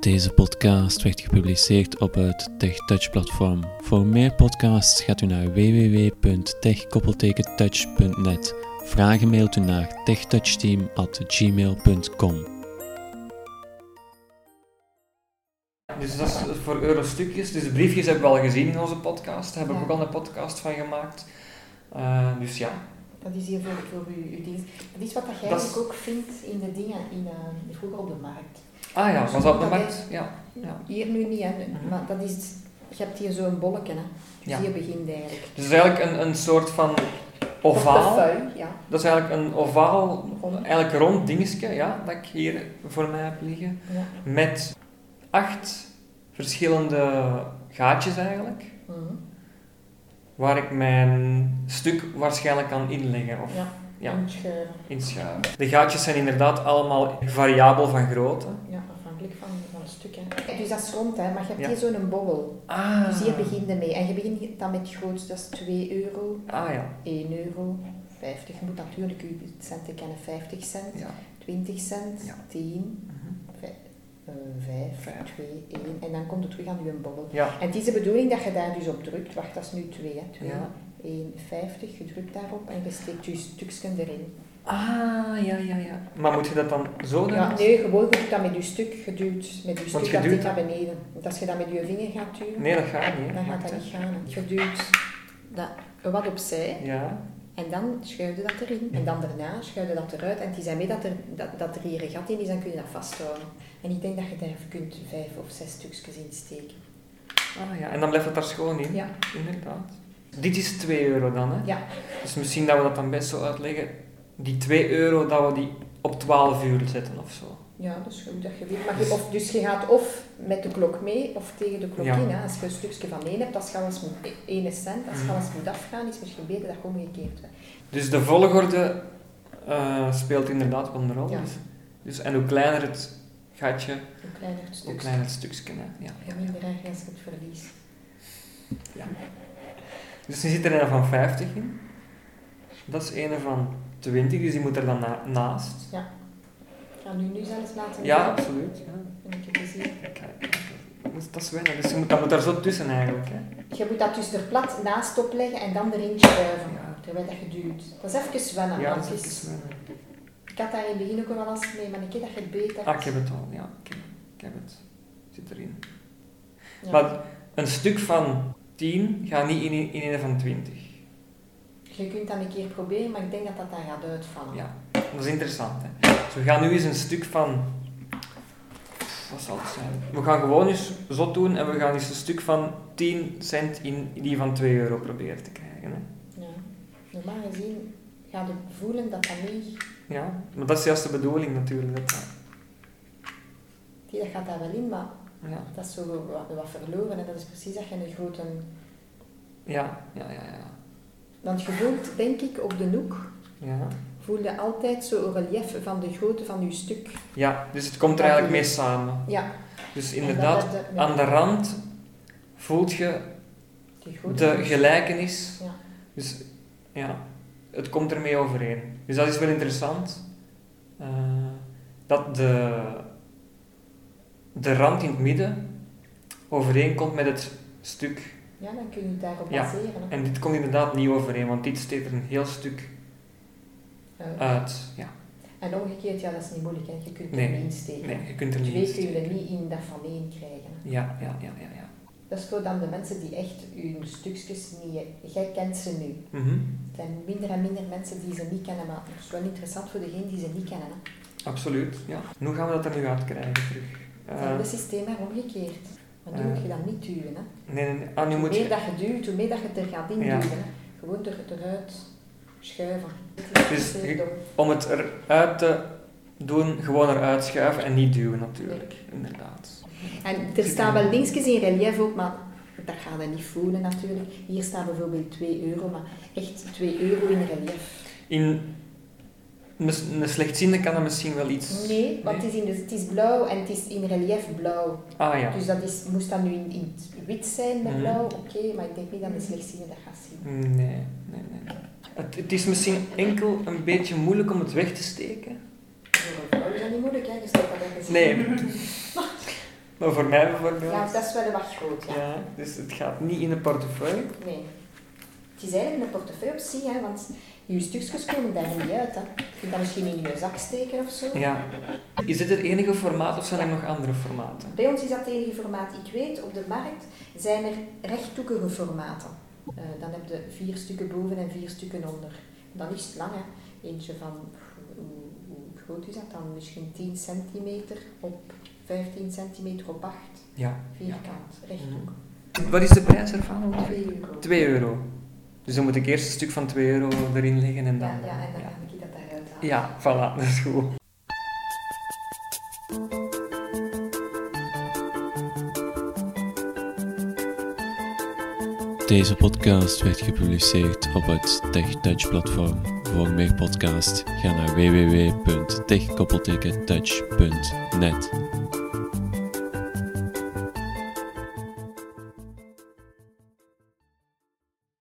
Deze podcast werd gepubliceerd op het TechTouch-platform. Voor meer podcasts gaat u naar www.tech-touch.net. Vragen mailt u naar techtouchteam.gmail.com. Dus dat is voor eurostukjes. Dus de briefjes hebben we al gezien in onze podcast. Daar hebben we Ja. ook al een podcast van gemaakt. Eh, dus ja, Dat is hier voor, voor uw, uw dienst. Dat is wat dat jij Dat is- eigenlijk ook vindt in de dingen, in, eh, vroeger op de markt. Ah ja, was dat de Dat markt? Ja. Ja. Hier nu niet, hè, Mhm. maar dat is, je hebt hier zo'n bolletje, hè. Dus Ja. hier begint eigenlijk. Dus eigenlijk een, een soort van ovaal. Portefeuille, ja. Dat is eigenlijk een ovaal, Rond. eigenlijk rond dingetje, ja, dat ik hier voor mij heb liggen. ja. Met acht verschillende gaatjes eigenlijk, Mhm. waar ik mijn stuk waarschijnlijk kan inleggen of ja. Ja. En je- inschuiven. De gaatjes zijn inderdaad allemaal variabel van grootte. ja, afhankelijk van, van het stuk. Hè. Dus dat is rond, hè, maar je hebt Ja. hier zo'n bobbel. Ah. Dus hier begin je mee. En je begint dan met het grootste, dat is 2 euro, Ah ja, 1 euro, 50. Je moet natuurlijk je centen kennen, 50 cent. ja. 20 cent, Ja. 10, Mhm. 5, Vijf. 2, 1. En dan komt het terug aan je bobbel. Ja, En het is de bedoeling dat je daar dus op drukt. Wacht, dat is nu 2. Hè. 2 ja. 1, 50. Je drukt daarop en je steekt je stukje erin. Ah, ja, ja, ja. Maar moet je Oh, dat dan zo doen? Ja, nee, gewoon je doet dat met je stuk geduwd. Met je stuk je dat duwt dit naar beneden. Want als je dat met je vinger gaat duwen, Nee, dat gaat niet. hè. dan gaat Wacht, dat hè. niet gaan. hè. Je duwt dat wat opzij Ja, en dan schuif je dat erin. En dan daarna schuif je dat eruit. En het is daarmee dat er, dat, dat er hier een gat in is, dan kun je dat vasthouden. En ik denk dat je daar kunt vijf of zes stukjes in steken. ah, ja. En dan blijft het daar schoon in. Ja. Inderdaad. Dit is 2 euro dan, hè? Ja. Dus misschien dat we dat dan best zo uitleggen. Die 2 euro, dat we die op 12 uur zetten of zo. Ja, dat is goed dat je weet. Maar je, of, dus je gaat of met de klok mee of tegen de klok Ja. in. Hè. Als je een stukje van één hebt, dat is gaan als moet- ene cent. Als je Mhm. alles moet afgaan, is misschien beter dat je omgekeerd hè. Dus de volgorde eh, speelt inderdaad wel een rol. Ja. Dus, dus, en hoe kleiner het gatje, Hoe kleiner het hoe stuk. kleiner het stukje. Hè? Ja, Ja, ja, ja. minder erg als je het verliest. Dus nu zit er een van 50 in. Dat is een van 20, dus die moet er dan na- naast. Ik ga nu, nu zelfs laten Ja, doen. absoluut. Ja. En ik heb gezien. Kijk, kijk, dat is- Dat is wennen, dus je moet, dat moet daar zo tussen eigenlijk. Hè. Je moet dat dus er plat naast opleggen en dan erin schuiven. Ja. Terwijl dat je duwt. Dat is even wennen. Ja, want dat het is is- even wennen. Ik had daar in het begin ook wel last mee, maar een keer dat je het beter Ah, ik heb het al, ja. Ik heb, ik heb het. Zit erin. Ja. Maar een stuk van 10 gaat niet in, een- in een van 20. Je kunt dat een keer proberen, maar ik denk dat dat dan gaat uitvallen. Ja. Dat is interessant. Hè. Dus we gaan nu eens een stuk van. Wat zal het zijn? We gaan gewoon eens zot doen en we gaan eens een stuk van 10 cent in die van 2 euro proberen te krijgen. Hè. Ja. Normaal gezien ga je voelen dat dat niet... Ja, maar dat is juist de bedoeling natuurlijk. Dat, dat- Die, dat gaat daar wel in, maar ja. dat is zo wat, wat verloren. En dat is precies dat je een grote... Ja, ja, ja, ja. Want je voelt, denk ik, op de hoek, Ja, voel je altijd zo'n relief van de grootte van je stuk. ja dus het komt er eigenlijk mee samen. Ja. Dus en inderdaad, dat heb je- aan de rand voelt je de grootte van de je stuk. gelijkenis. Ja. Dus ja, het komt ermee overeen. Dus dat is wel interessant. eh, dat de, de rand in het midden overeenkomt met het stuk. Ja, dan kun je het daarop Ja. baseren. hè. En dit komt inderdaad niet overeen, want dit steekt er een heel stuk Ah. Ja. uit. Ja. En omgekeerd, ja, dat is niet moeilijk. Hè. Je kunt er Nee. niet insteken. Nee, je kunt er niet in Twee kun je steken. er niet in dat van één krijgen. hè. Ja, ja, ja, ja. ja. Dat is voor dan de mensen die echt hun stukjes niet... Jij kent ze nu. Mhm, Er zijn minder en minder mensen die ze niet kennen, maar het is wel interessant voor degenen die ze niet kennen. Hè. Absoluut, ja. En Hoe gaan we dat er nu uit krijgen terug? Het Eh, hele systeem maar omgekeerd. Want nu Eh. moet je dat niet duwen. Hè. Nee, nee, nee. Ah, nu Hoe moet meer je... dat je duwt, hoe meer dat je het er gaat induwen. Ja. hè. Gewoon er, eruit schuiven. Dus Dat is je- dom. Om het eruit te doen, gewoon eruit schuiven en niet duwen natuurlijk. Inderdaad. En er staan wel dingetjes in relief ook, maar dat gaat je niet voelen natuurlijk. Hier staat bijvoorbeeld 2 euro, maar echt 2 euro in relief. In mis- een slechtziende kan dat misschien wel iets... Nee, want Het, is in de, het is blauw en het is in relief blauw. Ah ja. Dus dat is, moest dat nu in, in het wit zijn met Mhm. blauw, oké, maar ik denk niet dat de slechtziende dat gaat zien. Nee, nee, nee. nee. Het, het is misschien enkel een beetje moeilijk om het weg te steken. Voor een vrouw is dat niet moeilijk, hè? Dus dat dat ergens- Nee. Maar voor mij bijvoorbeeld... Ja, dat is wel wat groot, ja. Ja, dus het gaat niet in de portefeuille. Nee. Het is eigenlijk een portefeuille op zich, hè, want je stukjes komen daar niet uit. Hè. Je kunt dat misschien in je zak steken of zo. Ja. Is dit het enige formaat of zijn er nog andere formaten? Bij ons is dat het enige formaat. Ik weet, op de markt zijn er rechthoekige formaten. Eh, dan heb je vier stukken boven en vier stukken onder. Dan is het lang, hè. Eentje van, hoe, hoe groot is dat dan? Misschien 10 centimeter op 15 centimeter op 8. Ja. Vierkant, rechthoek. Wat is de prijs ervan? ongeveer? 2 euro. 2 euro. Dus dan moet ik eerst een stuk van 2 euro erin leggen en dan... Ja, ja, en dan ga ik dat daaruit halen. Ja, voilà, dat is goed. Deze podcast werd gepubliceerd op het TechTouch platform. Voor meer podcasts ga naar www.tech-touch.net.